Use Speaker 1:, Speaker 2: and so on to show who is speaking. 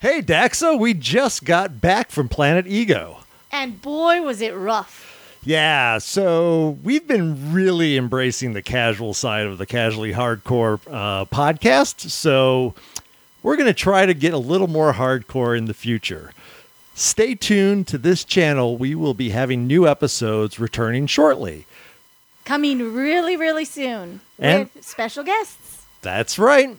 Speaker 1: Hey, Daxa, we just got back from Planet Ego.
Speaker 2: And boy, was it rough.
Speaker 1: Yeah, so we've been really embracing the casual side of the casually hardcore uh, podcast. So we're going to try to get a little more hardcore in the future. Stay tuned to this channel. We will be having new episodes returning shortly.
Speaker 2: Coming really, really soon
Speaker 1: And-
Speaker 2: with special guests.
Speaker 1: That's right.